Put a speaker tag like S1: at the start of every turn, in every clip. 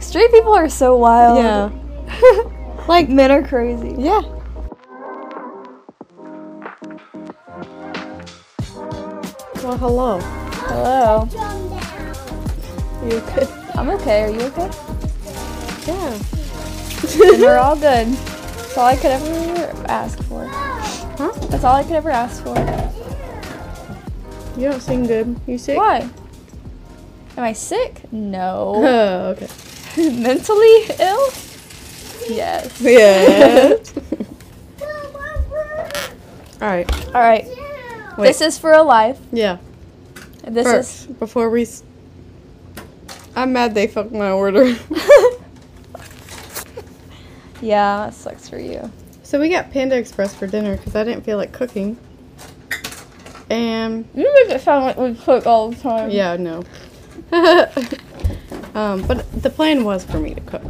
S1: Straight people are so wild.
S2: Yeah.
S1: like Um, men are crazy.
S2: Yeah. Well, hello.
S1: Hello.
S2: You okay?
S1: I'm okay. Are you okay?
S2: Yeah.
S1: and we're all good. That's all I could ever ask for.
S2: Huh?
S1: That's all I could ever ask for.
S2: You don't sing good. You sick?
S1: Why? Am I sick? No.
S2: Oh, okay.
S1: Mentally ill? Yes.
S2: Yeah. All right.
S1: All right.
S2: Wait.
S1: This is for a life.
S2: Yeah.
S1: This
S2: First, before we. S- I'm mad they fucked my order.
S1: is. yeah, that sucks for you.
S2: so we got Panda Express for dinner because I didn't feel like cooking. And
S1: You make it sound like we cook all the time.
S2: yeah, no. um, but the plan was for me to cook.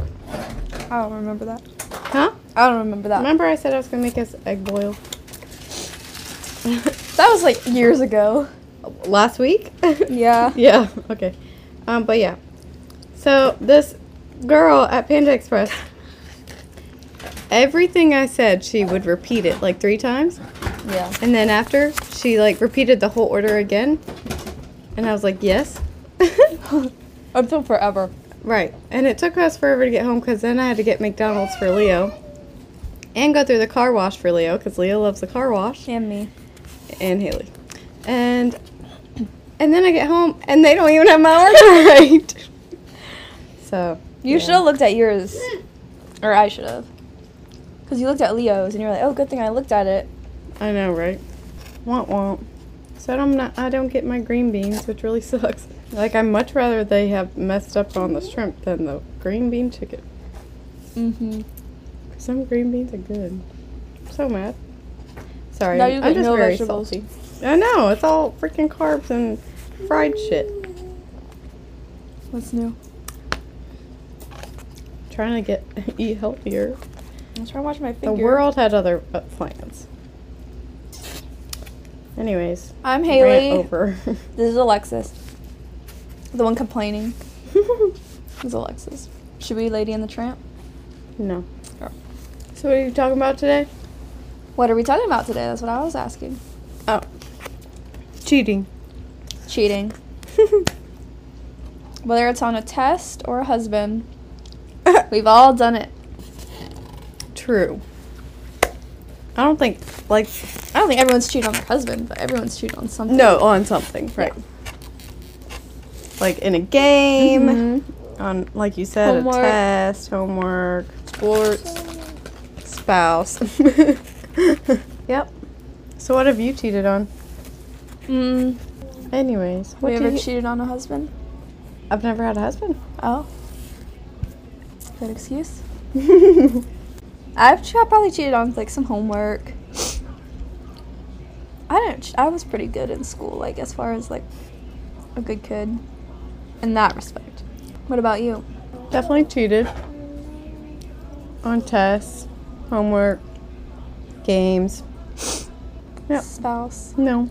S1: I don't remember that.
S2: Huh?
S1: I don't remember that.
S2: Remember I said I was gonna make us egg boil
S1: That was like years ago.
S2: last week?
S1: Yeah.
S2: yeah. Okay. Um, but yeah. So this girl at Panda Express, everything I said, she would repeat it like three times,
S1: Yeah.
S2: and then after she like repeated the whole order again, and I was like, yes.
S1: Until forever.
S2: Right. And it took us forever to get home because then I had to get McDonald's for Leo and go through the car wash for Leo because Leo loves the car wash
S1: And me.
S2: and Haley. And and then I get home and they don't even have my order right. So
S1: You
S2: yeah.
S1: should have looked at yours. Or I should have. Because you looked at Leo's and you were like, oh, good thing I looked at it.
S2: I know, right? Womp womp. So I don't not, I don't get my green beans, which really sucks. Like I much rather they have messed up on the shrimp than the green bean chicken.
S1: Mm-hmm.
S2: Some green beans are good. I'm so mad. Sorry,
S1: Now you
S2: I'm
S1: get
S2: just
S1: no
S2: very
S1: vegetables.
S2: salty. I know it's all freaking carbs and fried shit.
S1: What's new?
S2: Trying to get eat healthier.
S1: I'm trying to watch my
S2: The
S1: finger.
S2: world had other uh, plans. Anyways,
S1: I'm
S2: rant
S1: Haley.
S2: over.
S1: This is Alexis. The one complaining is Alexis. Should we Lady in the Tramp?
S2: no.
S1: Oh.
S2: So what are you talking about today?
S1: What are we talking about today? That's what I was asking.
S2: Oh, cheating.
S1: Cheating. Whether it's on a test or a husband, we've all done it.
S2: True. I don't think like
S1: I don't think everyone's cheated on their husband, but everyone's cheated on something.
S2: No, on something, right? Like in a game,
S1: Mhm.
S2: on like you said,
S1: Homework.
S2: a test, homework, sports, spouse. yep. So what have you cheated on?
S1: Mm,
S2: Anyways,
S1: we
S2: what do
S1: ever
S2: you?
S1: cheated on a husband?
S2: I've never had a husband.
S1: Oh. Good excuse. I've ch- I probably cheated on like some homework. I didn't. Ch- I was pretty good in school, like as far as like a good kid in that respect. What about you?
S2: Definitely cheated on tests, homework, games. Yep.
S1: Spouse.
S2: No.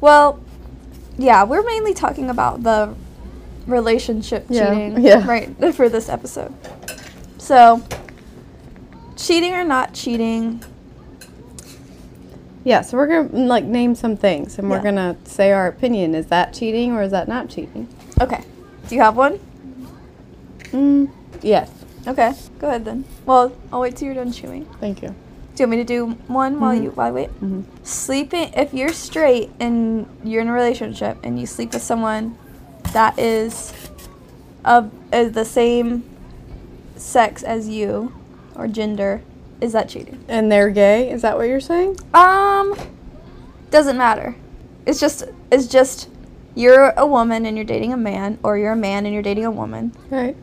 S1: Well, yeah, we're mainly talking about the relationship
S2: Yeah,
S1: cheating,
S2: yeah.
S1: right? For this episode. So, cheating or not cheating,
S2: Yeah, so we're gonna mm, like name some things, and
S1: Yeah.
S2: we're gonna say our opinion. Is that cheating or is that not cheating?
S1: Okay. Do you have one?
S2: Mm, yes.
S1: Okay. Go ahead then. Well, I'll wait till you're done chewing.
S2: Thank you.
S1: Do you want me to do one while you while I wait?
S2: Mhm.
S1: Sleeping if you're straight and you're in a relationship and you sleep with someone that is of is the same sex as you or gender, is that cheating?
S2: And they're gay? Is that what you're saying?
S1: Um doesn't matter. It's just it's just you're a woman and you're dating a man or you're a man and you're dating a woman
S2: Right.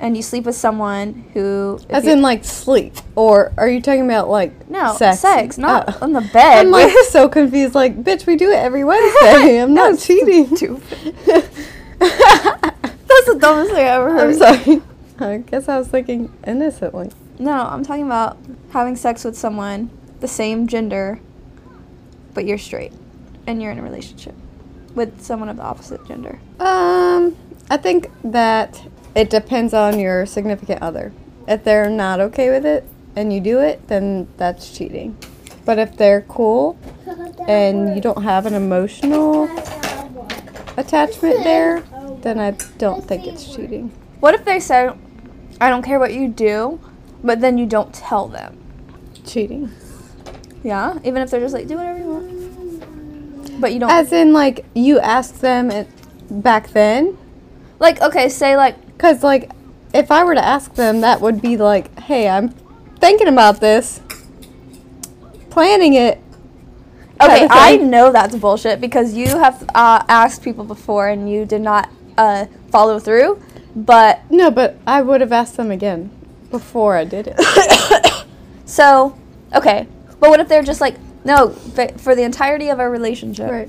S1: and you sleep with someone who if
S2: As
S1: you-
S2: in like sleep, or are you talking about like
S1: No,
S2: sex?
S1: sex, not
S2: Oh.
S1: on the bed.
S2: I'm like so confused. Like, bitch, we do it every Wednesday. I'm not cheating.
S1: That's the dumbest thing I ever heard.
S2: I'm sorry. I guess I was thinking innocently.
S1: No, I'm talking about having sex with someone the same gender, but you're straight and you're in a relationship with someone of the opposite gender.
S2: Um, I think that it depends on your significant other. If they're not okay with it and you do it, then that's cheating. But if they're cool and you don't have an emotional attachment there,
S1: Oh.
S2: then I don't think it's cheating.
S1: What if they said, I don't care what you do, but then you don't tell them?
S2: Cheating.
S1: Yeah? Even if they're just like, do whatever you want. But you don't.
S2: As in, like, you ask them it, back then,
S1: like, okay, say, like,
S2: because, like, if I were to ask them, that would be like, hey, I'm thinking about this, planning it. type
S1: okay,
S2: of
S1: I
S2: thing.
S1: know that's bullshit because you have uh, asked people before and you did not uh, follow through, but
S2: No, but I would have asked them again before I did it.
S1: So, okay. But what if they're just like, no, fa- for the entirety of our relationship,
S2: right.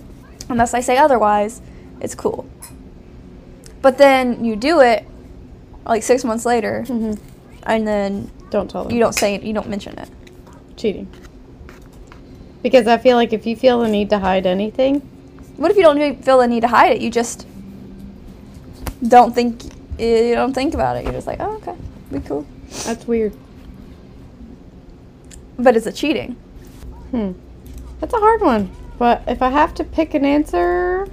S1: unless I say otherwise, it's cool. But then you do it like six months later,
S2: hmm
S1: and then
S2: Don't tell them.
S1: you don't say it, you don't mention it.
S2: cheating. Because I feel like if you feel the need to hide anything,
S1: What if you don't really feel the need to hide it? You just don't think you don't think about it. You're just like, oh, okay, we cool.
S2: that's weird.
S1: But is it cheating?
S2: Hmm. That's a hard one. But if I have to pick an answer,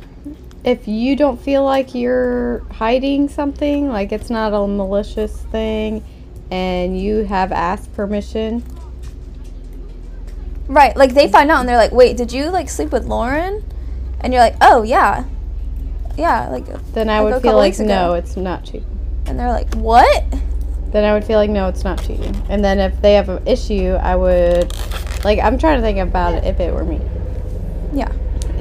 S2: if you don't feel like you're hiding something, like it's not a malicious thing, and you have asked permission,
S1: Right. Like they find out and they're like, wait, did you like sleep with Lauren? And you're like, oh yeah, yeah. Like
S2: then
S1: Like
S2: I
S1: a
S2: would
S1: couple
S2: feel like
S1: weeks ago.
S2: no, it's not cheating.
S1: And they're like, what?
S2: Then I would feel like no, it's not cheating. And then if they have an issue, I would like I'm trying to think about it if it were me.
S1: Yeah.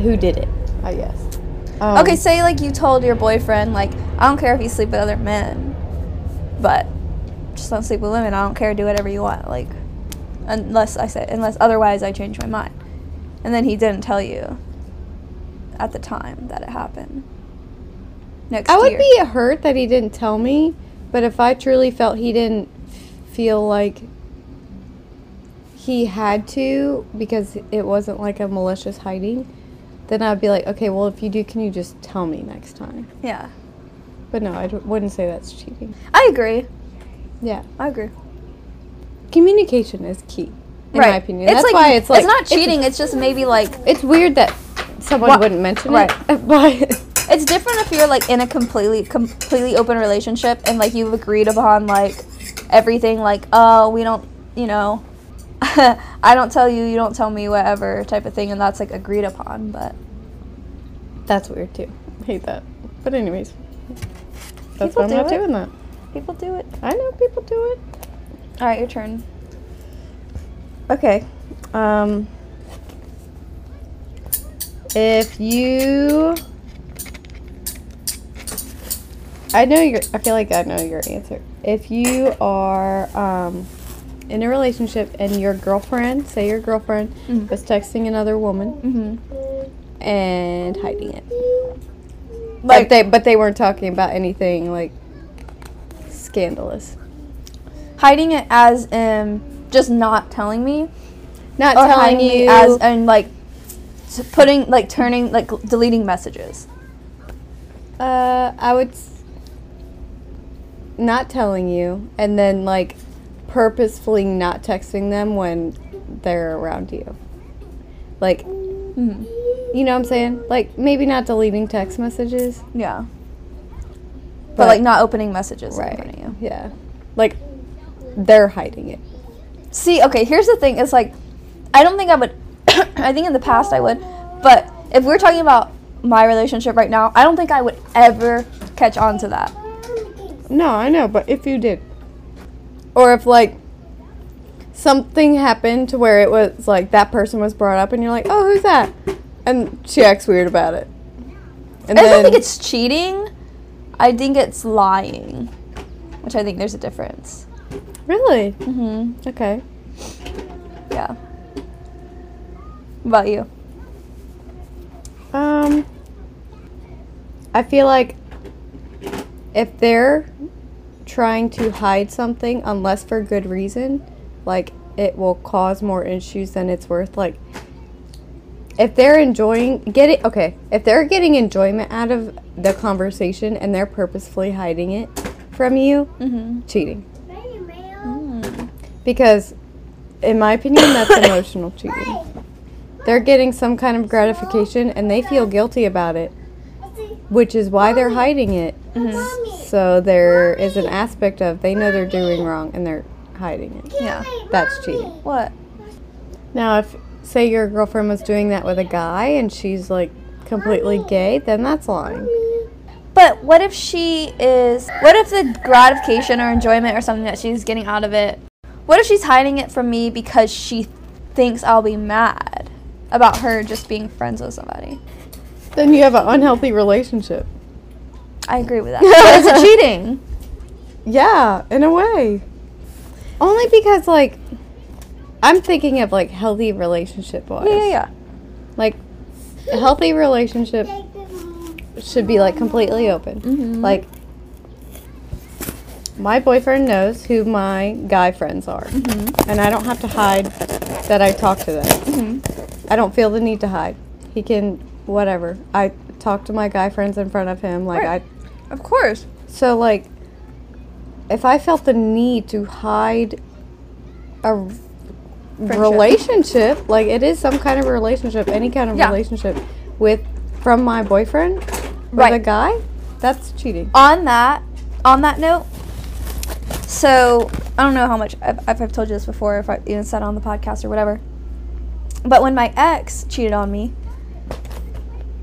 S2: Who did it? I guess. Um,
S1: Okay, say like you told your boyfriend, like, I don't care if you sleep with other men, but just don't sleep with women. I don't care. Do whatever you want. Like, unless I say, unless otherwise I change my mind. And then he didn't tell you at the time that it happened. Next
S2: I would
S1: year.
S2: be hurt that he didn't tell me, but if I truly felt he didn't feel like he had to because it wasn't like a malicious hiding, then I'd be like, okay, well, if you do, can you just tell me next time?
S1: Yeah.
S2: But no, I d- wouldn't say that's cheating.
S1: I agree.
S2: Yeah.
S1: I agree.
S2: Communication is key, in my opinion.
S1: It's
S2: that's
S1: like,
S2: why it's like.
S1: it's not cheating. It's, just maybe like
S2: It's, weird that someone
S1: Wha-
S2: wouldn't mention
S1: right.
S2: it. But
S1: it's different if you're like in a completely completely open relationship and like you've agreed upon like everything like oh we don't you know i don't tell you you don't tell me whatever type of thing and that's like agreed upon but
S2: that's weird too. Hate that. But, anyways,
S1: People
S2: that's why I'm
S1: do
S2: not
S1: it.
S2: doing that.
S1: people do it
S2: I know people do it.
S1: all right your turn
S2: Okay. Um, if you, I know your. I feel like I know your answer. If you are um, in a relationship and your girlfriend, say your girlfriend,
S1: Mhm.
S2: was texting another woman
S1: mm-hmm.
S2: and hiding it,
S1: like
S2: but they but they weren't talking about anything like scandalous.
S1: hiding it as in just not telling me
S2: Not
S1: or
S2: telling
S1: hiding
S2: you
S1: it as and like s- putting like turning like deleting messages
S2: Uh, I would s- not telling you, and then like purposefully not texting them when they're around you. Like, you
S1: hmm
S2: know what I'm saying? Like maybe not deleting text messages,
S1: yeah but, like not opening messages in front of
S2: right?
S1: you
S2: Yeah, like they're hiding it.
S1: See, okay, here's the thing. It's like, I don't think I would. I think in the past I would, but if we're talking about my relationship right now, I don't think I would ever catch on to that.
S2: No, I know, but if you did, or if like something happened to where it was like that person was brought up, and you're like, oh, who's that? And she acts weird about it. And
S1: I don't think it's cheating. I think it's lying, which I think there's a difference.
S2: really
S1: hmm
S2: okay.
S1: Yeah. What about you?
S2: Um, I feel like if they're trying to hide something, unless for good reason, like it will cause more issues than it's worth. Like if they're enjoying getting okay, if they're getting enjoyment out of the conversation and they're purposefully hiding it, from you,
S1: Mm-hmm.
S2: cheating. Because, in my opinion, that's emotional cheating. They're getting some kind of gratification and they feel guilty about it, which is why they're hiding it. So there is an aspect of they know they're doing wrong and they're hiding it.
S1: Yeah.
S2: That's cheating.
S1: What?
S2: Now, if say your girlfriend was doing that with a guy and she's like completely gay, then that's lying.
S1: But what if she is? What if the gratification or enjoyment or something that she's getting out of it? What if she's hiding it from me because she thinks I'll be mad about her just being friends with somebody?
S2: Then you have an unhealthy relationship.
S1: I agree with that. But it's cheating.
S2: Yeah, in a way. Only because like I'm thinking of like healthy relationship wise.
S1: Yeah, yeah, yeah.
S2: Like a healthy relationship should be like completely open. Like my boyfriend knows who my guy friends are, and I don't have to hide that I talk to them. I don't feel the need to hide. He can whatever. I talk to my guy friends in front of him. Like
S1: Right.
S2: I
S1: Of course.
S2: so, like, if I felt the need to hide a r- relationship, like it is some kind of relationship, any kind of
S1: Yeah.
S2: relationship with from my boyfriend with a
S1: Right.
S2: guy, that's cheating.
S1: on that on that note so i don't know how much if, if i've told you this before if i even said on the podcast or whatever but when my ex cheated on me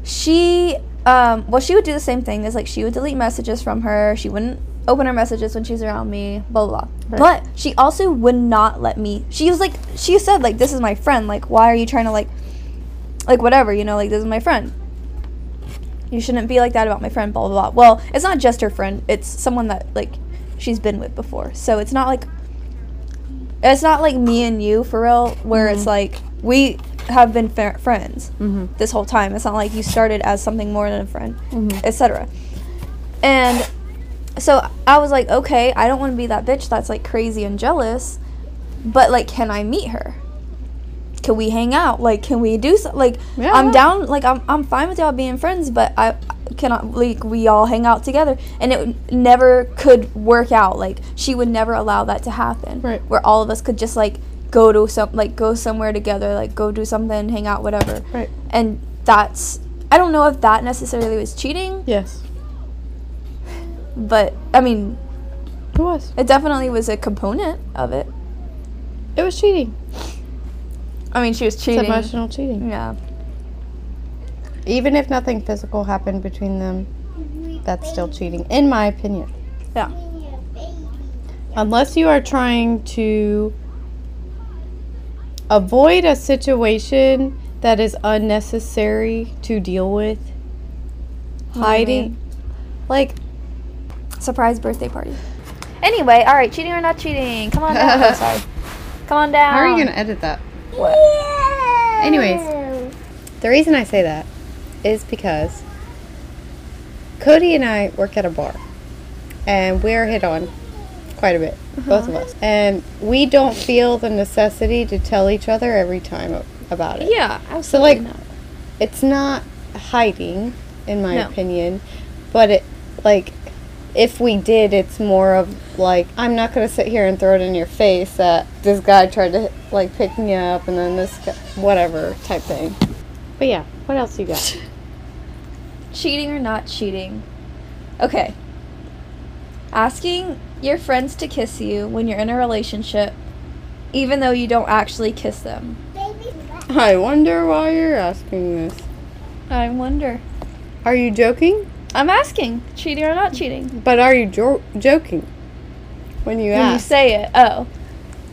S1: she um, well she would do the same thing as like she would delete messages from her she wouldn't open her messages when she was around me blah blah, blah.
S2: Right.
S1: but she also would not let me she was like she said like this is my friend like why are you trying to like like whatever you know like this is my friend you shouldn't be like that about my friend blah blah blah well it's not just her friend it's someone that like she's been with before so it's not like it's not like me and you for real where it's like we have been fa- friends
S2: Mm-hmm.
S1: this whole time. It's not like you started as something more than a friend,
S2: Mm-hmm.
S1: etc. And so I was like, okay, I don't want to be that bitch that's like crazy and jealous, but like, can I meet her? Can we hang out? Like, can we do so? Like,
S2: Yeah,
S1: I'm
S2: yeah.
S1: down. Like, I'm I'm fine with y'all being friends, but I cannot like we all hang out together, and it never could work out. Like, she would never allow that to happen.
S2: Right.
S1: Where all of us could just like go to some like go somewhere together, like go do something, hang out, whatever
S2: Right.
S1: and that's I don't know if that necessarily was cheating,
S2: Yes.
S1: but I mean,
S2: It was.
S1: it definitely was a component of it.
S2: It was cheating.
S1: I mean, she was
S2: It's
S1: cheating.
S2: emotional cheating.
S1: Yeah.
S2: Even if nothing physical happened between them, that's still cheating, in my opinion.
S1: Yeah.
S2: Unless you are trying to avoid a situation that is unnecessary to deal with. Hiding. Like,
S1: Surprise birthday party. Anyway, all right, cheating or not cheating? Come on down. I'm sorry. Come on down.
S2: to edit that?
S1: What?
S2: Anyways, the reason I say that is because Cody and I work at a bar and we're hit on quite a bit, both of us. And we don't feel the necessity to tell each other every time a- about it.
S1: Yeah. Absolutely
S2: So, like,
S1: not.
S2: it's not hiding in my
S1: No.
S2: opinion but it like if we did it's more of like i'm not going to sit here and throw it in your face that this guy tried to like pick me up and then this guy, whatever type thing but yeah what else you got
S1: cheating or not cheating. Okay. Asking your friends to kiss you when you're in a relationship, even though you don't actually kiss them.
S2: i wonder why you're asking this
S1: I wonder.
S2: are you joking
S1: I'm asking, cheating or not cheating.
S2: but are you jo- joking when you
S1: When you
S2: ask
S1: say it, oh,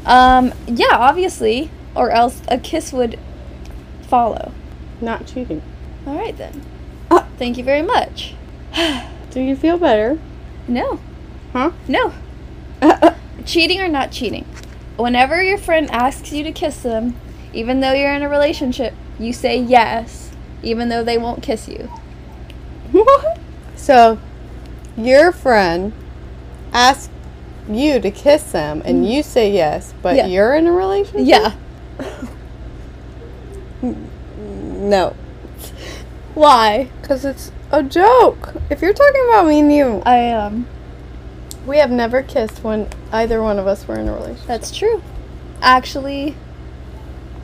S1: um, yeah, obviously, or else a kiss would follow.
S2: not cheating
S1: All right then.
S2: Ah.
S1: Thank you very much.
S2: do you feel better
S1: No,
S2: huh
S1: no, cheating or not cheating. Whenever your friend asks you to kiss them, even though you're in a relationship, you say yes, even though they won't kiss you.
S2: So, your friend asked you to kiss them, and you say yes, but
S1: Mm. Yeah.
S2: you're in a relationship?
S1: Yeah.
S2: No.
S1: Why?
S2: Because it's a joke. If you're talking about me and you,
S1: I um,
S2: We have never kissed when either one of us were in a relationship.
S1: That's true. Actually,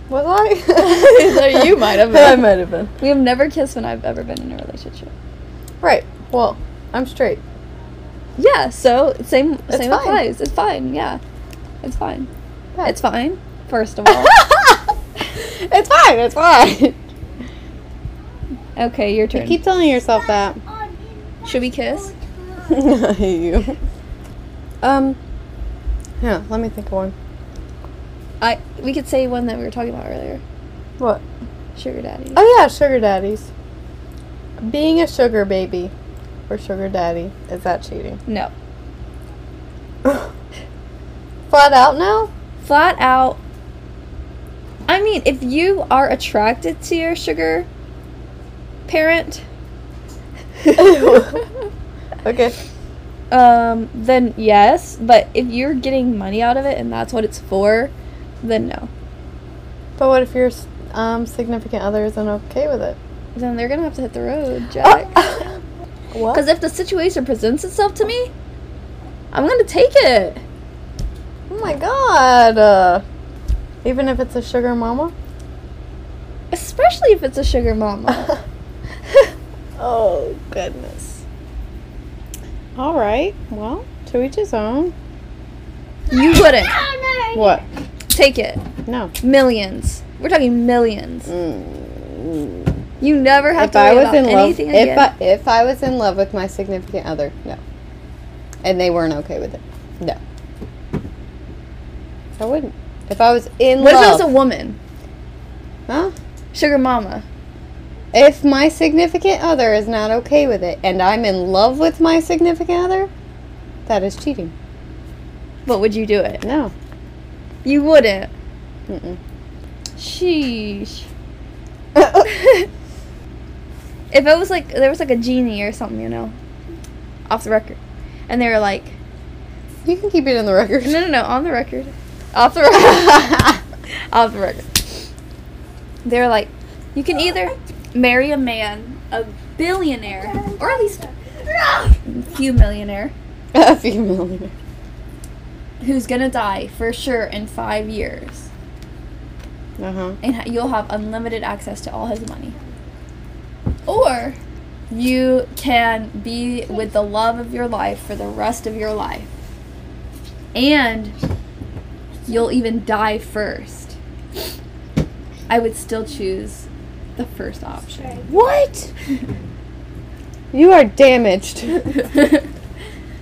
S2: Was I?
S1: No, you might have
S2: I
S1: been.
S2: might have been.
S1: we have never kissed when I've ever been in a relationship.
S2: Right. Well, I'm straight.
S1: Yeah, so same
S2: It's
S1: same
S2: fine.
S1: applies. It's fine. Yeah, it's fine.
S2: Yeah.
S1: It's fine. First of all,
S2: it's fine. It's fine.
S1: okay, your
S2: You
S1: turn.
S2: keep telling yourself that.
S1: Should we kiss?
S2: I hate you. Um. Yeah. Let me think of one.
S1: I we could say one that we were talking about earlier.
S2: What?
S1: Sugar daddy.
S2: Oh yeah, sugar daddies. Being a sugar baby or sugar daddy is that cheating?
S1: No.
S2: Flat out now.
S1: Flat out. I mean, if you are attracted to your sugar parent,
S2: Okay.
S1: um, then yes. But if you're getting money out of it and that's what it's for, then no.
S2: But what if your s- um, significant other isn't okay with it?
S1: Then they're gonna have to hit the road, Jack.
S2: What?
S1: Because if the situation presents itself to me, I'm gonna take it.
S2: Oh my god. Uh, even if it's a sugar mama?
S1: Especially if it's a sugar mama.
S2: oh, goodness. All right. Well, to each his own.
S1: you wouldn't
S2: What?
S1: take it.
S2: No.
S1: Millions. We're talking millions.
S2: Mm.
S1: You never have
S2: Hmm. If
S1: to
S2: I
S1: worry
S2: was
S1: about
S2: in love,
S1: anything
S2: if
S1: again.
S2: I, if I was in love with my significant other, no. And they weren't okay with it, no. I wouldn't. If I was in
S1: what if it
S2: love,
S1: was a woman?
S2: huh?
S1: Sugar mama.
S2: If my significant other is not okay with it and I'm in love with my significant other, that is cheating.
S1: But would you do it?
S2: No.
S1: You wouldn't.
S2: Mm-mm.
S1: Sheesh. If it was like there was like a genie or something, you know, off the record, and they were like,
S2: you can keep it in the record.
S1: no, no, no, on the record, off the record, off the record. They were like, you can either marry a man, a billionaire, or at least a few millionaire,
S2: a female.
S1: who's gonna die for sure in five years,
S2: Uh huh.
S1: and ha- you'll have unlimited access to all his money, or you can be with the love of your life for the rest of your life. And you'll even die first. I would still choose the first option.
S2: What? you are damaged.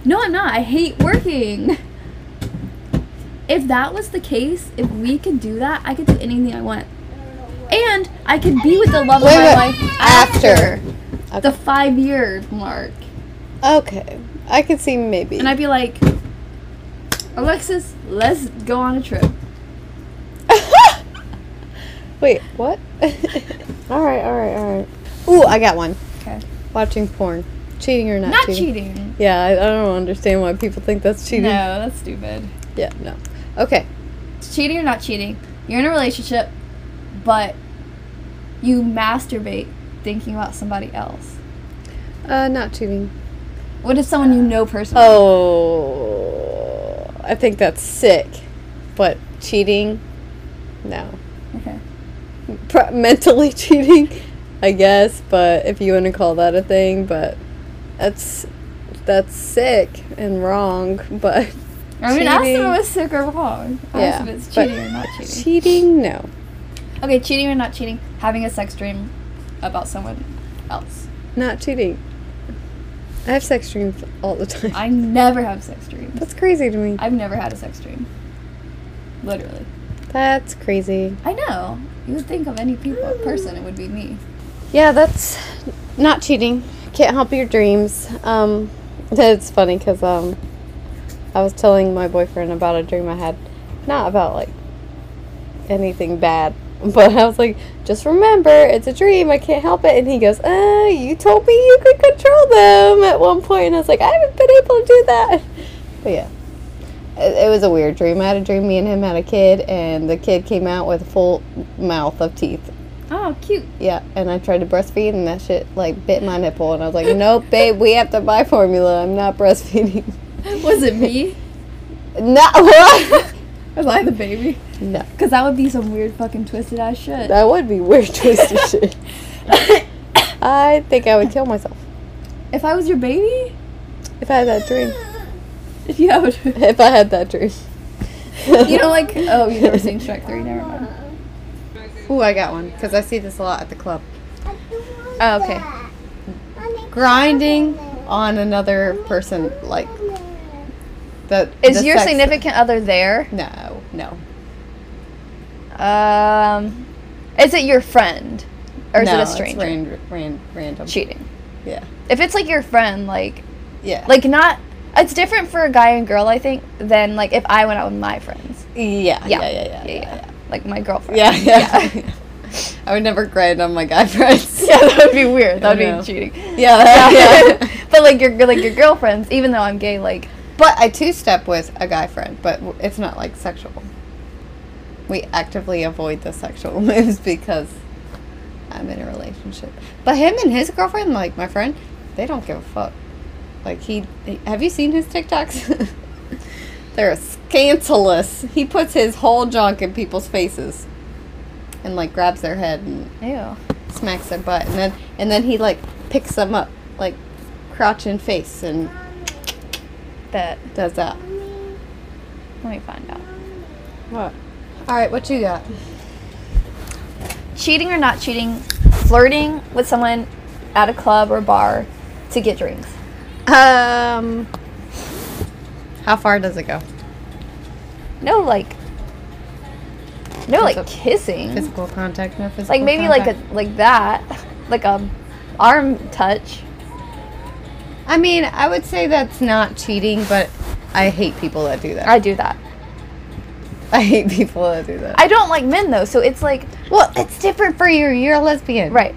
S1: no, I'm not. I hate working. If that was the case, if we could do that, I could do anything I want. And I could be with the love of
S2: Wait,
S1: my life
S2: wait. After.
S1: after the five year mark.
S2: Okay. I could see maybe.
S1: And I'd be like, Alexis, let's go on a trip.
S2: Wait, what? all right, all right, all right. Ooh, I got one.
S1: Okay.
S2: Watching porn. Cheating or not,
S1: Not
S2: cheating?
S1: cheating.
S2: Yeah, I, I don't understand why people think that's cheating.
S1: No, that's stupid.
S2: Yeah, no. Okay.
S1: cheating or not cheating, you're in a relationship, but you masturbate thinking about somebody else.
S2: Uh, not cheating.
S1: What if someone you know personally?
S2: Oh, I think that's sick. But cheating, no.
S1: Okay.
S2: Pro- mentally cheating, I guess. But if you want to call that a thing, but that's that's sick and wrong. But
S1: I mean, ask if it
S2: Cheating.
S1: was sick or wrong.
S2: yeah,
S1: Ask if it's
S2: but
S1: cheating or not cheating.
S2: Cheating, no.
S1: okay, cheating or not cheating, having a sex dream about someone else.
S2: Not cheating. I have sex dreams all the time.
S1: I never have sex dreams.
S2: that's crazy to me.
S1: I've never had a sex dream. Literally.
S2: That's crazy.
S1: I know. You would think of any people, person, it would be me.
S2: Yeah, that's not cheating. Can't help your dreams. Um, it's funny because um, I was telling my boyfriend about a dream I had, not about like anything bad, but I was like, just remember, it's a dream. I can't help it. And he goes, "Uh, you told me you could control them at one point." And I was like, I haven't been able to do that. But yeah. It, it was a weird dream. I had a dream. Me and him had a kid, and the kid came out with a full mouth of teeth.
S1: Oh, cute.
S2: Yeah, and I tried to breastfeed, and that shit like bit my nipple, and I was like, "Nope, babe, we have to buy formula. I'm not breastfeeding."
S1: Was it me?
S2: No. What?
S1: Was I the baby?
S2: no.
S1: Because that would be some weird fucking twisted ass shit.
S2: That would be weird, twisted shit. I think I would kill myself
S1: if I was your baby,
S2: if I had that dream.
S1: if you have a.
S2: If I had that dream.
S1: You know, like, oh, you've never seen Shrek 3, never mind.
S2: Ooh, I got one because I see this a lot at the club.
S3: Oh,
S2: okay.
S3: okay.
S2: Grinding on another person, like the.
S1: Is
S2: the
S1: your
S2: sex-
S1: significant other there?
S2: No, no.
S1: Um, is it your friend? Or is
S2: no,
S1: it a
S2: it's
S1: stranger?
S2: ran- ran- random.
S1: Cheating.
S2: Yeah.
S1: If it's like your friend, like,
S2: Yeah.
S1: like not, it's different for a guy and girl, I think, than like if I went out with my friends.
S2: Yeah. Yeah. Yeah. Yeah.
S1: yeah, Like my girlfriend.
S2: Yeah, yeah. I would never grind on my guy friends.
S1: Yeah, that would be weird. That
S2: I
S1: would
S2: know.
S1: be cheating.
S2: Yeah, that- yeah.
S1: but like your like your girlfriends, even though I'm gay, like
S2: But I two step with a guy friend, but w- it's not like sexual. We actively avoid the sexual moves because I'm in a relationship. But him and his girlfriend, like my friend, they don't give a fuck. Like he, he- have you seen his TikToks? They're scandalous. He puts his whole junk in people's faces, and like grabs their head and
S1: ew.
S2: smacks their butt, and then and then he like picks them up, like crotch and face, and
S1: That
S2: does that.
S1: let me find out.
S2: What? All right, what you got?
S1: Cheating or not cheating, flirting with someone at a club or bar to get drinks.
S2: Um, Hmm? how far does it go?
S1: No, like no, like
S2: Physical-
S1: kissing.
S2: Physical contact, no physical.
S1: Like maybe like a like that, like a arm touch.
S2: a. I mean, I would say that's not cheating, but I hate people that do that.
S1: I do that.
S2: I hate people that do that.
S1: I don't like men though, so it's like
S2: well, it's different for you. You're a lesbian,
S1: right.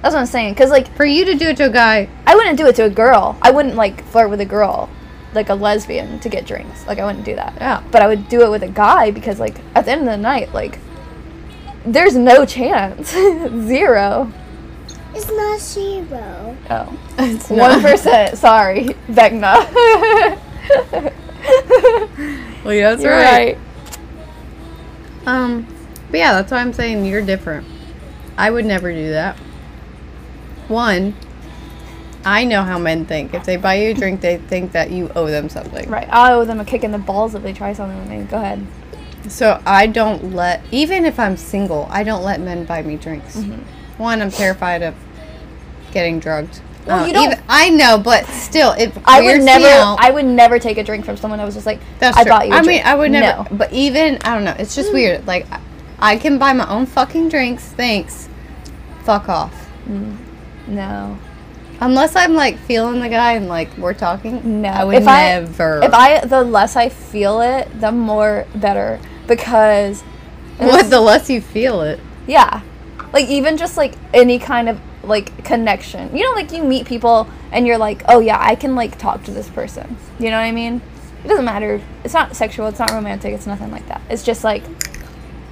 S1: That's what I'm saying. Cause like
S2: For you to do it to a guy,
S1: I wouldn't do it to a girl. I wouldn't like flirt with a girl, like a lesbian, to get drinks. Like I wouldn't do that.
S2: Yeah.
S1: But I would do it with a guy because like at the end of the night, like there's no chance, zero.
S3: It's not zero.
S1: Oh.
S2: it's
S1: One
S2: not-
S1: percent. Sorry, Vecna.
S2: Well, yeah, that's
S1: You're
S2: right.
S1: right.
S2: Um, but yeah, that's why I'm saying you're different. I would never do that. One, I know how men think. If they buy you a drink, they think that you owe them something.
S1: Right. I owe them a kick in the balls if they try something with me. Go ahead.
S2: So I don't let, even if I'm single, I don't let men buy me drinks.
S1: Mm-hmm.
S2: One, I'm terrified of getting drugged. Uh,
S1: Well, you don't-
S2: even- I know, but still, it
S1: I would
S2: weirds me
S1: never.
S2: out.
S1: I would never take a drink from someone that was just like,
S2: That's
S1: I
S2: true.
S1: bought you. I
S2: I mean, I would never.
S1: No. Mm.
S2: But even I don't know. It's just weird. Like, I, I can buy my own fucking drinks. Thanks. Fuck off.
S1: No.
S2: Unless I'm like feeling the guy and like we're talking.
S1: No,
S2: I would
S1: if
S2: never.
S1: I, if I, the less I feel it, the more better because,
S2: what the less you feel it.
S1: yeah, like even just like any kind of like connection, you know, like you meet people and you're like, oh yeah, I can like talk to this person. You know what I mean? It doesn't matter. It's not sexual. It's not romantic. It's nothing like that. It's just like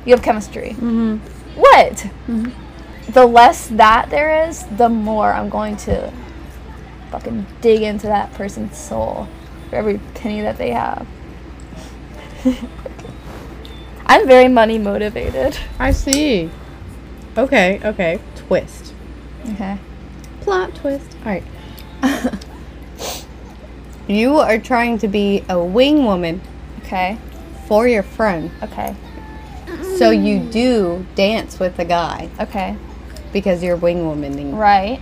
S1: you have chemistry. Mm-hmm. What? The less that there is, the more I'm going to fucking dig into that person's soul for every penny that they have. I'm very money motivated.
S2: I see. Okay. Okay. Twist.
S1: Okay.
S2: Plot twist. All right. you are trying to be a wing woman
S1: Okay.
S2: for your friend,
S1: Okay.
S2: so you do dance with the guy
S1: Okay.
S2: because you're wing womaning.
S1: Right.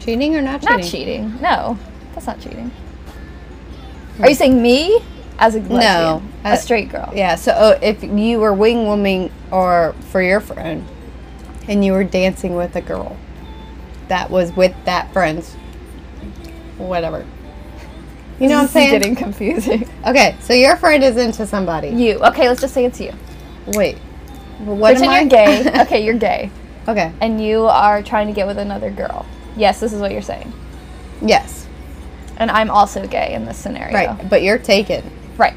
S2: Cheating or not cheating?
S1: Not cheating. No. That's not cheating. Are you saying me as a lesbian?
S2: Hmm. Uh,
S1: a straight girl.
S2: Yeah. So uh, if you were wing woman or for your friend, and you were dancing with a girl, that was with that friend's, whatever. You know what
S1: This
S2: I'm
S1: is
S2: saying?
S1: getting confusing.
S2: Okay. So your friend is into somebody.
S1: You. Okay, let's just say it's you.
S2: Wait. What
S1: Pretend
S2: am
S1: you're
S2: I?
S1: gay. okay, you're gay.
S2: okay.
S1: And you are trying to get with another girl. Yes, this is what you're saying.
S2: Yes.
S1: And I'm also gay in this scenario.
S2: Right. But you're taken.
S1: Right.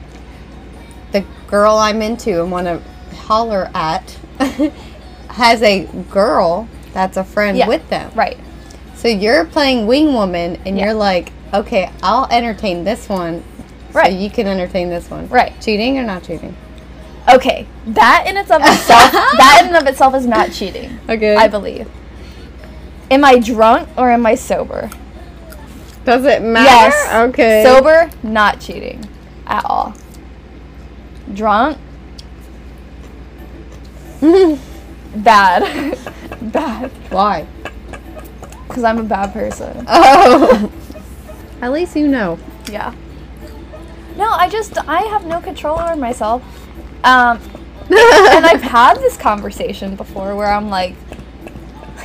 S2: the girl I'm into and want to holler at has a girl that's a friend
S1: Yeah,
S2: with them.
S1: Right.
S2: So you're playing wing woman and
S1: Yeah.
S2: you're like, Okay, I'll entertain this one.
S1: Right.
S2: So you can entertain this one.
S1: Right.
S2: Cheating or not cheating?
S1: Okay, that in itself itself that in and of itself is not cheating.
S2: Okay.
S1: I believe. Am I drunk or am I sober?
S2: Does it matter?
S1: Yes.
S2: Okay.
S1: Sober, not cheating at all. Drunk, bad, bad,
S2: Why?
S1: because I'm a bad person.
S2: Oh. At least you know.
S1: Yeah. No, I just I have no control over myself. Um, and I've had this conversation before where I'm like,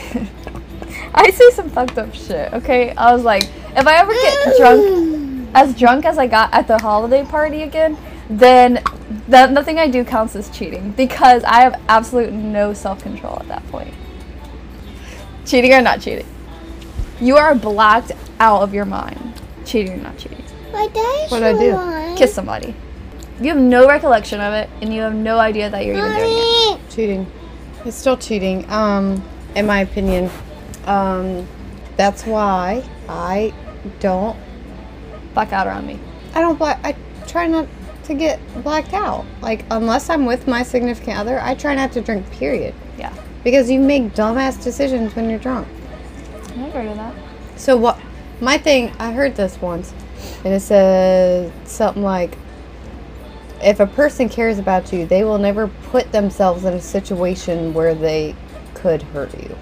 S1: I say some fucked up shit. Okay, I was like, if I ever get drunk, as drunk as I got at the holiday party again, then that nothing I do counts as cheating because I have absolute no self control at that point. Cheating or not cheating, you are blacked out of your mind. Cheating or not cheating
S3: My dad
S2: What'd I do?
S1: kiss somebody. You have no recollection of it, and you have no idea that you're even doing it.
S3: Mommy.
S2: Cheating. It's still cheating. Um, in my opinion. Um, that's why I don't.
S1: Fuck out around me.
S2: I don't. Black, I try not to get blacked out. Like unless I'm with my significant other, I try not to drink. Period.
S1: Yeah,
S2: Because you make dumbass decisions when you're drunk.
S1: I agree with that.
S2: So what? My thing. I heard this once, and it said something like, "If a person cares about you, they will never put themselves in a situation where they could hurt you."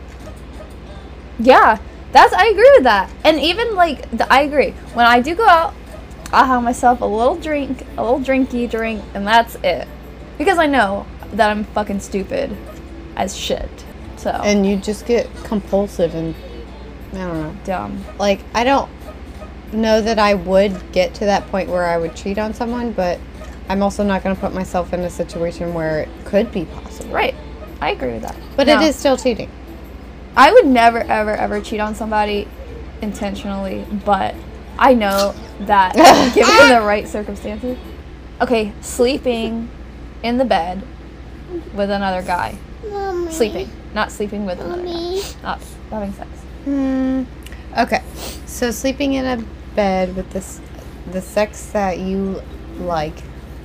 S1: Yeah, that's I agree with that. And even like the, I agree when I do go out, I'll have myself a little drink, a little drinky drink, and that's it, because I know that I'm fucking stupid as shit. So
S2: And you just get compulsive and I don't know.
S1: dumb.
S2: Like I don't know that I would get to that point where I would cheat on someone, but I'm also not going to put myself in a situation where it could be possible.
S1: Right, I agree with that.
S2: But
S1: No.
S2: it is still cheating.
S1: I would never, ever, ever cheat on somebody intentionally, but I know that given
S2: Ah!
S1: the right circumstances. Okay, sleeping in the bed with another guy.
S3: Mommy.
S1: Sleeping. Not sleeping with another guy.
S3: Mommy.
S1: Not having sex.
S2: Hmm. Okay. So sleeping in a bed with this, the sex that you like,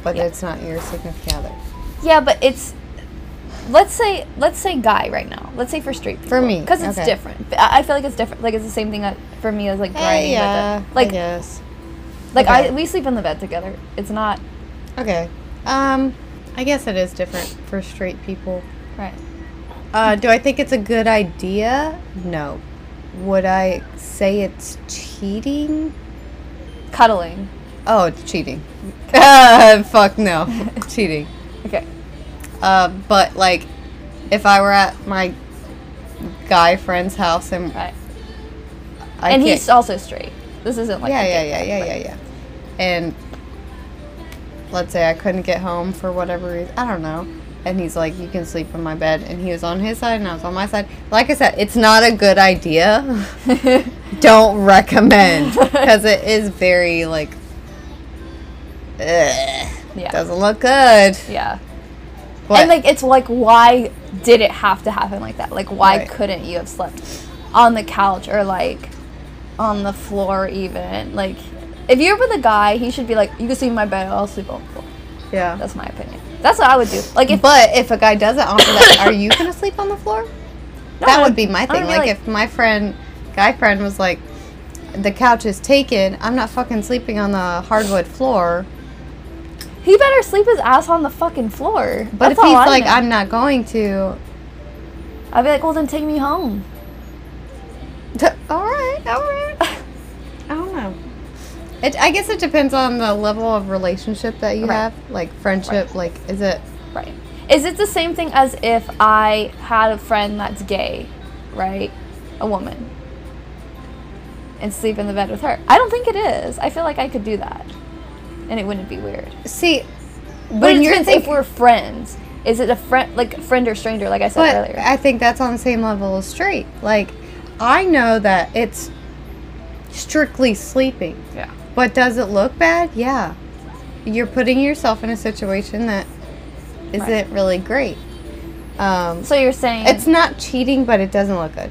S2: but it's not your significant other.
S1: Yeah, but it's let's say let's say guy right now. Let's say for straight people.
S2: For me,
S1: because it's
S2: okay.
S1: different. I I feel like it's different. Like it's the same thing that for me as like driving.
S2: Eh, yeah.
S1: with it.
S2: Like
S1: Like
S2: yes.
S1: like
S2: Okay.
S1: I we sleep in the bed together. It's not
S2: Okay. Um, I guess it is different for straight people.
S1: right.
S2: Uh, do I think it's a good idea? No. Would I say it's cheating?
S1: Cuddling.
S2: Oh, it's cheating. Uh, fuck no, cheating.
S1: Okay.
S2: Uh, but like, if I were at my guy friend's house and
S1: Right.
S2: I
S1: and
S2: can't-
S1: he's also straight. This isn't like
S2: yeah,
S1: a
S2: yeah,
S1: gay
S2: yeah,
S1: guy,
S2: yeah,
S1: like-
S2: yeah, yeah. And let's say I couldn't get home for whatever reason, I don't know. And he's like, "You can sleep in my bed," and he was on his side, and I was on my side. Like I said, it's not a good idea. don't recommend because it is very like, ugh,
S1: Yeah.
S2: doesn't look good.
S1: Yeah.
S2: But
S1: And like it's like why did it have to happen like that? Like why
S2: Right.
S1: couldn't you have slept on the couch or like on the floor even? Like if you're with a guy, he should be like, You can sleep in my bed, I'll sleep on the floor.
S2: yeah.
S1: That's my opinion. That's what I would do. Like if
S2: But if a guy doesn't offer that, are you gonna sleep on the floor? that would be my
S1: I'm
S2: thing.
S1: gonna be
S2: Like, if my friend, guy friend, was like, the couch is taken. I'm not fucking sleeping on the hardwood floor.
S1: he better sleep his ass on the fucking floor.
S2: But
S1: That's
S2: if he's
S1: all I
S2: like,
S1: know.
S2: I'm not going to.
S1: I'd be like, Well then take me home.
S2: all right, all right. I don't know. It, I guess it depends on the level of relationship that you
S1: Right.
S2: have, like friendship. Like, is it?
S1: Right. Is it the same thing as if I had a friend that's gay, right? A woman. And sleep in the bed with her? I don't think it is. I feel like I could do that. And it wouldn't be weird.
S2: See,
S1: But
S2: when
S1: it
S2: you're
S1: depends if
S2: thinking,
S1: we're friends. Is it a friend, like friend or stranger, like I said
S2: but
S1: earlier?
S2: I think that's on the same level as straight. Like, I know that it's strictly sleeping.
S1: yeah.
S2: But does it look bad? Yeah. You're putting yourself in a situation that isn't really great. Um,
S1: So you're saying
S2: it's not cheating, but it doesn't look good.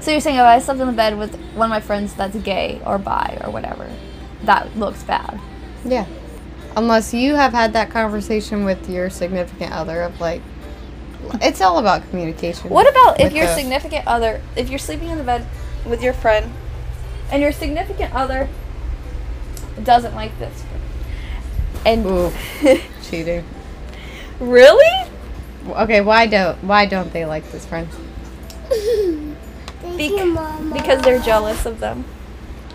S1: So you're saying if I slept in the bed with one of my friends that's gay or bi or whatever, that looks bad.
S2: Yeah. Unless you have had that conversation with your significant other of like, it's all about communication.
S1: What about if
S2: with
S1: your
S2: the-
S1: significant other, if you're sleeping in the bed with your friend, and your significant other doesn't like this? And
S2: Ooh, cheating.
S1: really?
S2: Okay, why don't why don't they like this friend?
S3: Thank you,
S1: Bec-
S3: Mama.
S1: because they're jealous of them.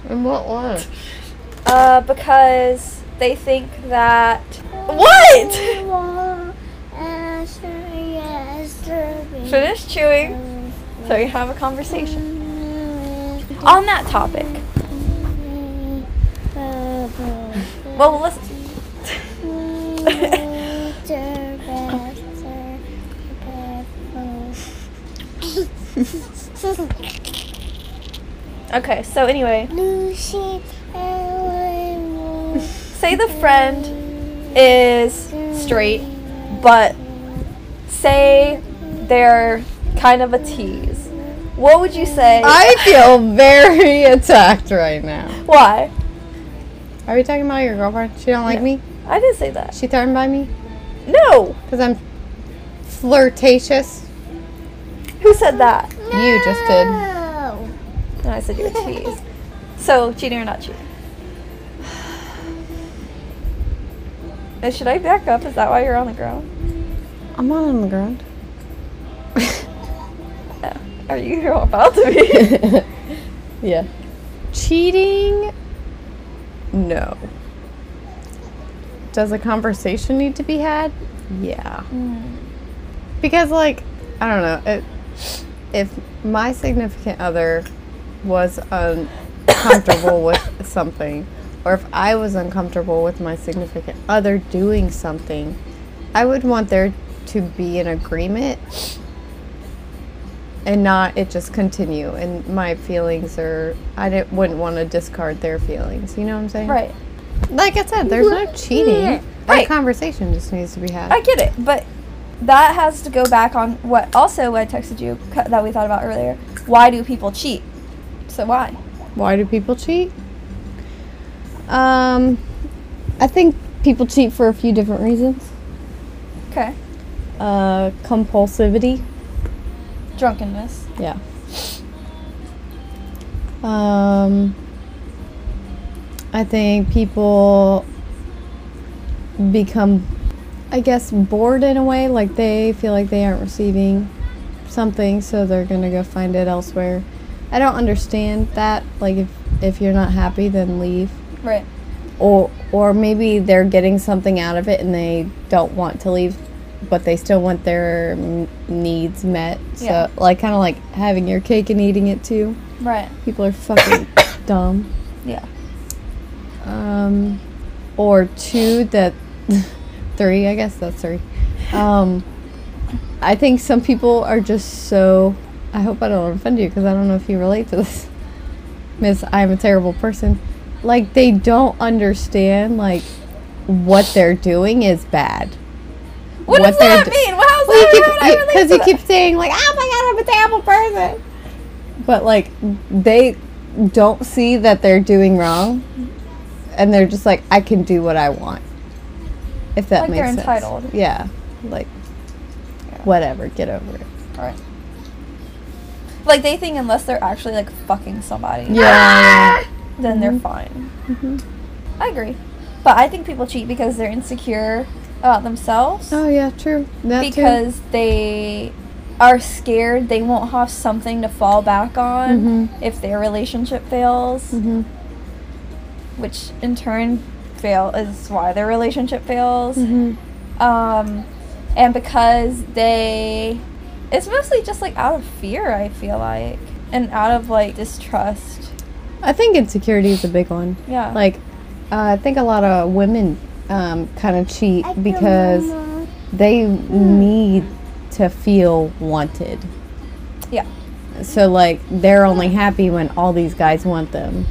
S2: In what way?
S1: Uh, because they think that what? Finish chewing so you have a conversation on that topic. Well, listen. Okay, so anyway,
S3: Lucy, I
S1: say the friend is straight, but say they're kind of a tease. What would you say?
S2: I feel very attacked right now.
S1: Why?
S2: Are we talking about your girlfriend? She don't like
S1: No.
S2: me.
S1: I didn't say that.
S2: She threatened by me
S1: No.
S2: because I'm flirtatious.
S1: Who said that?
S2: You just did.
S3: No.
S1: And I said you're a tease. So cheating or not cheating? And should I back up? Is that why you're on the ground?
S2: I'm not on the ground.
S1: No. Are you about to be?
S2: yeah. Cheating? No. Does a conversation need to be had? Yeah.
S1: Hmm.
S2: Because like, I don't know, it, if my significant other was uncomfortable with something or if I was uncomfortable with my significant other doing something, I would want there to be an agreement and not it just continue and my feelings are i didn't, wouldn't want to discard their feelings you know what i'm saying
S1: right. Mm-hmm.
S2: like i said there's no cheating
S1: Right.
S2: that conversation just needs to be had
S1: I get it, but that has to go back on what also what I texted you cu- that we thought about earlier. Why do people cheat? So why?
S2: why do people cheat um i think people cheat for a few different reasons
S1: Okay.
S2: uh compulsivity
S1: Drunkenness.
S2: yeah um i think people become i guess bored in a way like they feel like they aren't receiving something so they're gonna go find it elsewhere i don't understand that like if if you're not happy then leave
S1: Right.
S2: or or maybe they're getting something out of it and they don't want to leave but they still want their mm, needs met so
S1: Yeah.
S2: like kind of like having your cake and eating it too
S1: Right.
S2: people are fucking dumb
S1: Yeah.
S2: um or two that three i guess that's three um i think some people are just so i hope i don't offend you because i don't know if you relate to this miss i'm a terrible person like they don't understand like what they're doing is bad
S1: What, does
S2: they're
S1: that
S2: do-
S1: mean? Well, how's
S2: well, you
S1: that? I
S2: keep
S1: relate
S2: because
S1: to
S2: you
S1: that?
S2: keep saying like, "Oh my god, I'm a terrible person," but like they don't see that they're doing wrong, and they're just like, "I can do what I want." If that
S1: Like
S2: makes
S1: they're
S2: sense,
S1: entitled.
S2: yeah, like whatever, get over it.
S1: Right. Like they think unless they're actually like fucking somebody,
S2: Yeah, Mm-hmm.
S1: then they're fine. I agree, but I think people cheat because they're insecure about themselves.
S2: Oh yeah, true. That too.
S1: because they are scared they won't have something to fall back on
S2: Mm-hmm.
S1: if their relationship fails
S2: Mhm. Mm-hmm.
S1: which in turn fail is why their relationship fails
S2: Mm-hmm.
S1: um, and because they it's mostly just like out of fear i feel like and out of like distrust
S2: I think insecurity is a big one.
S1: yeah
S2: Like, uh, I think a lot of women um, kind of cheat because they
S1: Hmm.
S2: need to feel wanted.
S1: yeah
S2: So like they're only happy when all these guys want them.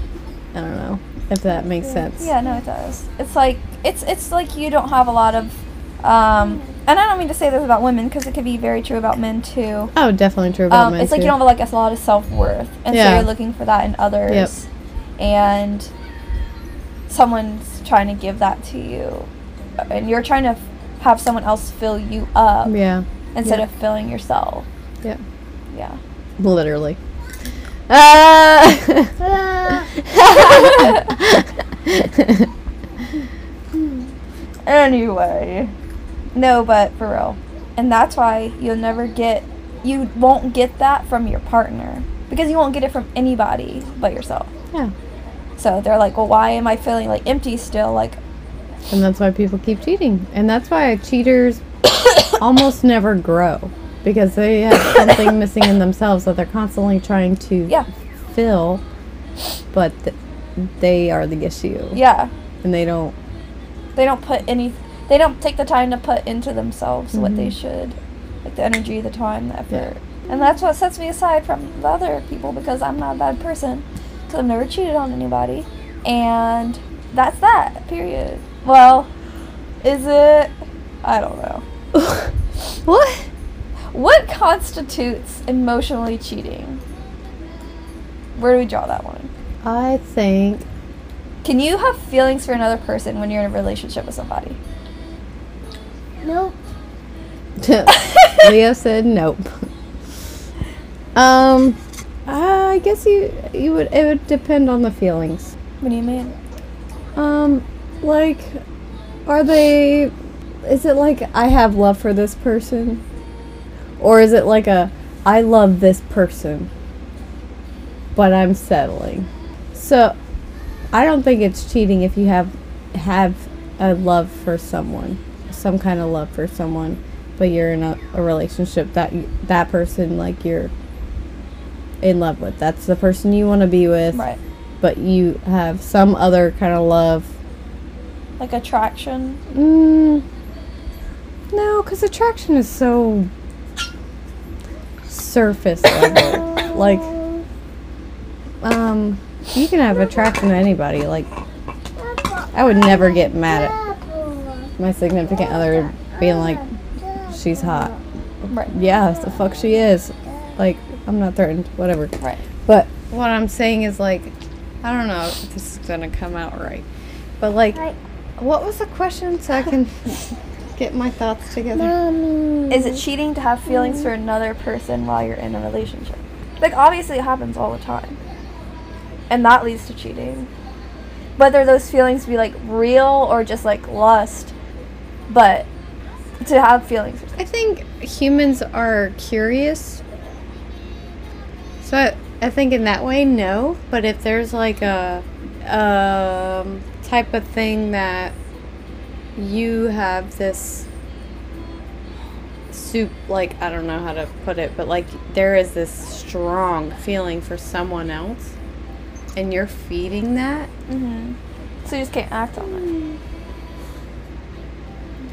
S2: I don't know if that makes sense.
S1: Yeah, no, it does. It's like it's it's like you don't have a lot of um, and I don't mean to say this about women because it could be very true about men too.
S2: Oh, definitely true about
S1: Um,
S2: men
S1: it's like
S2: too.
S1: you don't have like a lot of self worth, and
S2: Yeah.
S1: so you're looking for that in others, and someone's trying to give that to you, and you're trying to f- have someone else fill you up
S2: yeah,
S1: instead of filling yourself.
S2: yeah,
S1: Yeah.
S2: literally. Uh,
S1: Anyway. No, but for real. And that's why you'll never get, you won't get that from your partner because you won't get it from anybody but yourself.
S2: yeah,
S1: So they're like, well, why am I feeling like empty still? Like,
S2: and that's why people keep cheating, and that's why cheaters almost never grow because they have something missing in themselves that they're constantly trying to
S1: yeah,
S2: fill, but th- they are the issue,
S1: yeah.
S2: and they don't.
S1: They don't put any, they don't take the time to put into themselves what they should. Like the energy, the time, the
S2: Mm-hmm. Yeah.
S1: effort. And that's what sets me aside from the other people because I'm not a bad person. Because I've never cheated on anybody. And that's that, period. Well, is it? I don't know.
S2: what?
S1: What constitutes emotionally cheating? Where do we draw that one?
S2: I think
S1: Can you have feelings for another person when you're in a relationship with somebody?
S3: Nope.
S2: Leo said nope. Um, I guess you you would it would depend on the feelings.
S1: What do you mean?
S2: Um, like, are they? Is it like I have love for this person, or is it like a I love this person, but I'm settling? So, I don't think it's cheating if you have have a love for someone, some kind of love for someone, but you're in a, a relationship that you, that person like you're in love with. That's the person you want to be with
S1: Right.
S2: but you have some other kind of love.
S1: Like attraction?
S2: Mm, no, because attraction is so surface level. like, um, you can have attraction to anybody. Like, I would never get mad at my significant other being like, she's hot.
S1: Right.
S2: Yeah, the fuck she is. Like, I'm not threatened. Whatever.
S1: Right.
S2: But what I'm saying is like, I don't know if this is gonna come out right, but like,
S3: Right.
S2: what was the question so I can get my thoughts together?
S3: Mommy.
S1: Is it cheating to have feelings for another person while you're in a relationship? Like, obviously, it happens all the time. And that leads to cheating. Whether those feelings be like real or just like lust, but to have feelings.
S2: I think humans are curious, so I, I think in that way, no. But if there's like a um, type of thing that you have this soup like i don't know how to put it but like there is this strong feeling for someone else and you're feeding that
S1: Mm-hmm. So you just can't act on it.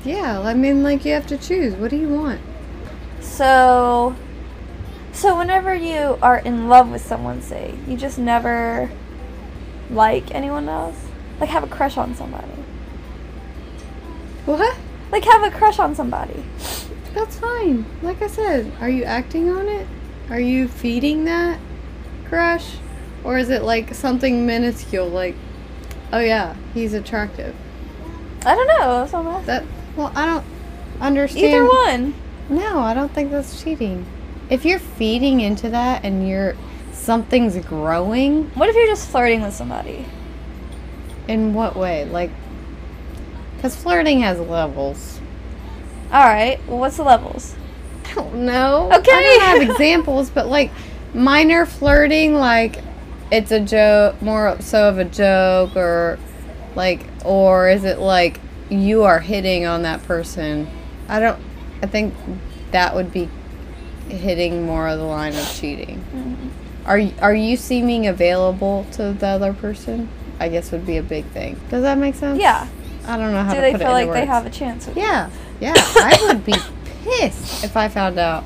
S2: yeah i mean like you have to choose what do you want
S1: So, so whenever you are in love with someone, say you just never like anyone else, like have a crush on somebody,
S2: what
S1: like have a crush on somebody.
S2: that's fine like i said are you acting on it are you feeding that crush or is it like something minuscule like oh yeah he's attractive
S1: I don't know. that's what I'm asking.
S2: that well i don't understand
S1: Either one.
S2: No, I don't think that's cheating. If you're feeding into that and you're something's growing,
S1: What if you're just flirting with somebody?
S2: in what way? Like cuz flirting has levels.
S1: All right. Well, what's the levels?
S2: I don't know.
S1: Okay.
S2: I don't have examples, but like minor flirting like it's a joke, more so of a joke or like or is it like you are hitting on that person? I don't I think that would be hitting more of the line of cheating.
S1: Mm-hmm.
S2: Are y- are you seeming available to the other person? I guess would be a big thing. Does that make sense?
S1: Yeah.
S2: I don't know how
S1: Do
S2: to
S1: they
S2: put
S1: feel
S2: it
S1: like
S2: into
S1: they
S2: words.
S1: have a chance? With
S2: Yeah, yeah. I would be pissed if I found out,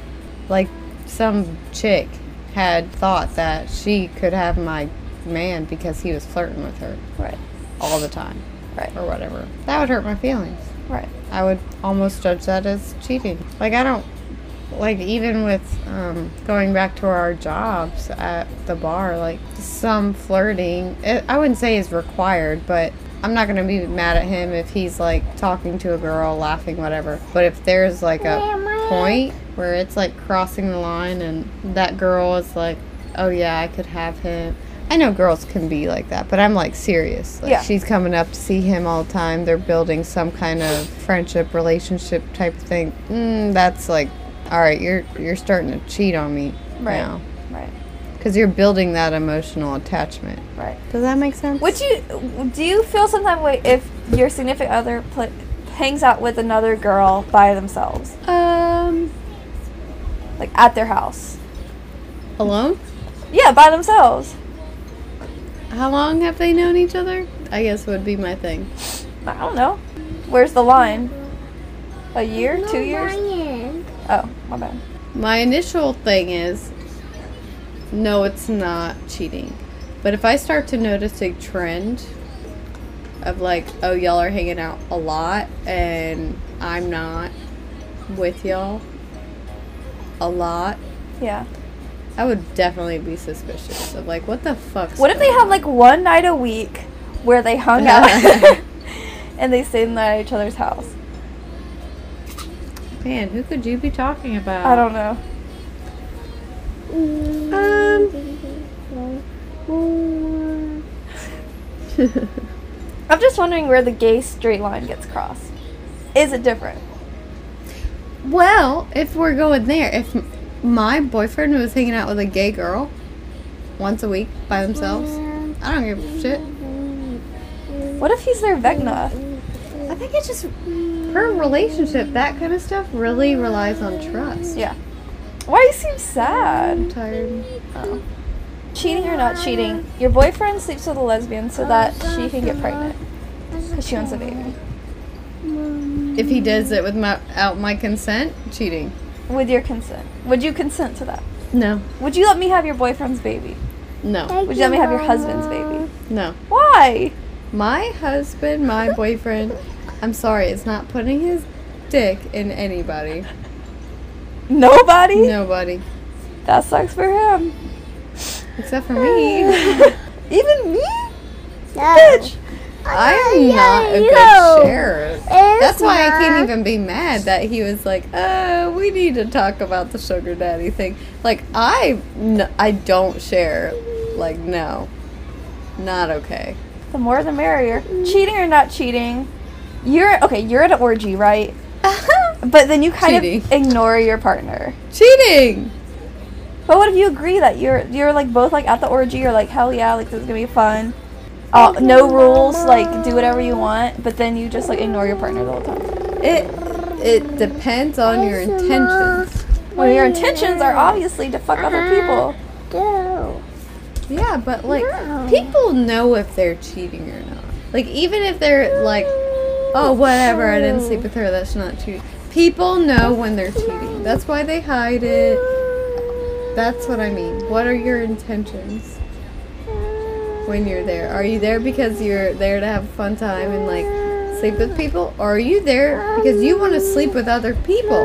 S2: like, some chick had thought that she could have my man because he was flirting with her
S1: Right.
S2: all the time,
S1: Right.
S2: or whatever. That would hurt my feelings.
S1: Right.
S2: I would almost judge that as cheating. Like I don't like even with um, going back to our jobs at the bar, like some flirting. It, I wouldn't say is required, but I'm not gonna be mad at him if he's like talking to a girl, laughing, whatever. But if there's like a point where it's like crossing the line, and that girl is like, "Oh yeah, I could have him." I know girls can be like that, but I'm like serious. Like
S1: Yeah.
S2: she's coming up to see him all the time. They're building some kind of friendship, relationship type thing. Mm, that's like, all right, you're you're starting to cheat on me
S1: Right.
S2: now
S1: Right.
S2: because you're building that emotional attachment.
S1: Right.
S2: Does that make sense?
S1: Would you do you feel some type of way if your significant other pl- hangs out with another girl by themselves,
S2: um
S1: like at their house?
S2: alone?
S1: Yeah, by themselves.
S2: How long have they known each other? I guess would be my thing.
S1: I don't know. Where's the line? A year? Two years?
S3: Lion.
S1: Oh, my bad.
S2: My initial thing is no, it's not cheating. But if I start to notice a trend of like, oh, y'all are hanging out a lot and I'm not with y'all a lot,
S1: Yeah.
S2: I would definitely be suspicious of like, what the fuck?
S1: What if they had like one night a week where they hung out and they stayed in the night at each other's house?
S2: Man, who could you be talking about?
S1: I don't know.
S3: Um.
S1: I'm just wondering where the gay straight line gets crossed. Is it different?
S2: Well, if we're going there, if m- my boyfriend was hanging out with a gay girl once a week by themselves, I don't give a shit.
S1: What if he's their vegna?
S2: I think it's just her relationship, that kind of stuff, really relies on trust.
S1: Yeah. Why you seem sad?
S2: I'm tired.
S1: Cheating or not cheating, your boyfriend sleeps with a lesbian so that she can get pregnant. 'cause She wants a baby.
S2: If he does it without my consent, cheating.
S1: With your consent. Would you consent to that?
S2: No,
S1: Would you let me have your boyfriend's baby?
S2: no,
S1: Would you let me have your husband's baby?
S2: no.
S1: Why?
S2: My husband, my boyfriend, I'm sorry, is not putting his dick in anybody.
S1: Nobody?
S2: Nobody.
S1: That sucks for him.
S2: Except for me.
S1: Even me?
S3: Bitch.
S2: I am not a good sheriff. That's why I can't even be mad that he was like, "Oh, we need to talk about the sugar daddy thing." Like I, n- I don't share. Like no, not okay.
S1: The more the merrier. Cheating or not cheating? You're okay, you're at an orgy, right? But then you kind of
S2: Cheating.
S1: ignore your partner.
S2: Cheating.
S1: But what if you agree that you're you're like both like at the orgy, you're like, hell yeah, like this is gonna be fun. Uh, no rules, like do whatever you want, but then you just like ignore your partner the whole time.
S2: It it depends on your intentions.
S1: Well your intentions are obviously to fuck other people.
S3: Go.
S2: Yeah, but like people know if they're cheating or not. Like even if they're like, oh whatever, I didn't sleep with her. That's not cheating. People know when they're cheating. That's why they hide it. That's what I mean. What are your intentions when you're there? Are you there because you're there to have a fun time and like sleep with people? Or are you there because you want to sleep with other people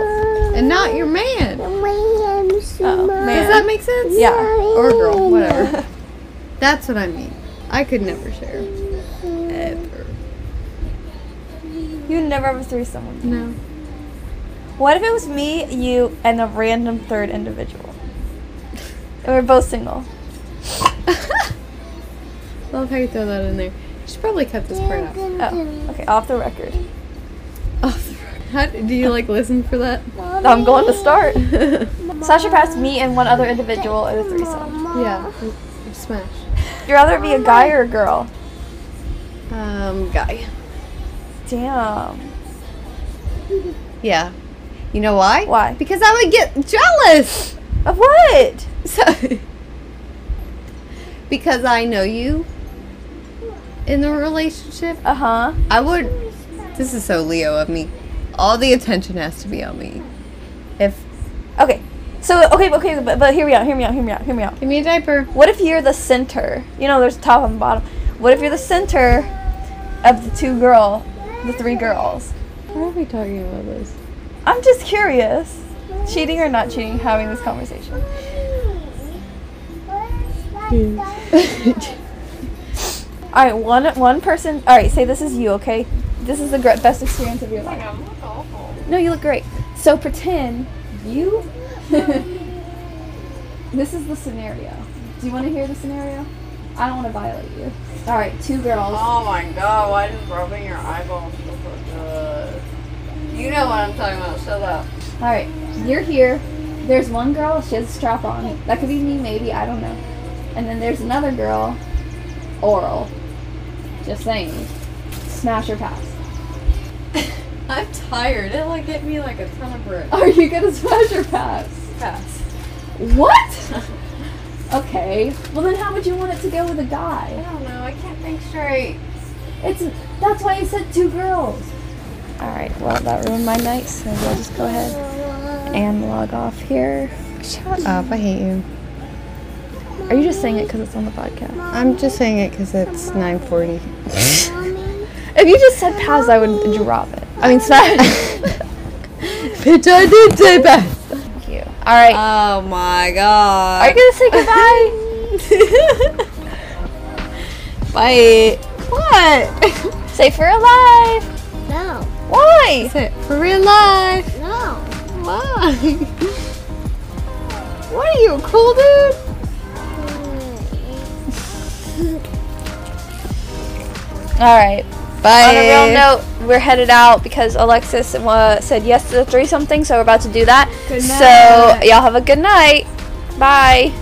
S2: and not your man?
S1: Oh
S2: Does
S1: man.
S2: that make sense?
S1: Yeah.
S2: Or girl, whatever. That's what I mean. I could never share. Ever.
S1: You never have a threesome with me.
S2: No.
S1: What if it was me, you, and a random third individual? And we're both single.
S2: Love how you throw that in there. You should probably cut this part out.
S1: Oh, okay, off the record.
S2: Off the record. Oh, How, do you like listen for that?
S1: I'm going to start. Sasha passed me and one other individual in a threesome.
S2: yeah. you Smash.
S1: You'd rather be a guy or a girl?
S2: Um, guy.
S1: Damn.
S2: Yeah. You know why?
S1: Why?
S2: Because I would get jealous.
S1: Of what?
S2: So, because I know you in the relationship,
S1: Uh huh.
S2: I would. This is so Leo of me. All the attention has to be on me. If
S1: Okay. So okay, but- okay, but, but hear me out. Hear me out. Hear me out. Hear me out.
S2: give me a diaper.
S1: What if you're the center? You know, there's top and bottom. What if you're the center of the two girl, the three girls,
S2: Why are we talking about this?
S1: I'm just curious. Cheating or not cheating, having this conversation. All right, one one person. All right, say this is you, okay? This is the gre- best experience of your life. No, you look great. So pretend you. this is the scenario. Do you want to hear the scenario? I don't want to violate you. All right, two girls.
S4: Oh my god, why does rubbing your eyeballs feel so good? You know what I'm talking about, shut up.
S1: All right, you're here. There's one girl. She has a strap on. That could be me, maybe. I don't know. And then there's another girl. Oral. Just saying. Smash or pass.
S4: I'm tired. It like hit me like a ton of bricks.
S1: Are you gonna smash or pass?
S4: Pass.
S1: What? okay. Well, then how would you want it to go with a guy?
S4: I don't know, I can't think straight.
S1: It's that's why I said two girls. All right. Well, that ruined my night, so I'll just go ahead and log off here.
S2: Shut up, I hate you.
S1: Are you just saying it because it's on the podcast?
S2: I'm just saying it because it's 940.
S1: If you just said pass, I would drop it. I mean, smash.
S2: Bitch, I did say that.
S1: Thank you. All right.
S4: Oh my
S1: Are
S4: god.
S1: you gonna say goodbye?
S4: Bye.
S1: what? Say for a life.
S3: No,
S1: Why?
S2: For real life.
S3: no.
S2: Why? What are you, a cool dude?
S1: All right.
S4: Bye.
S1: On a real note, we're headed out because Alexis uh, said yes to the threesome thing, so we're about to do that. So y'all have a good night. Bye.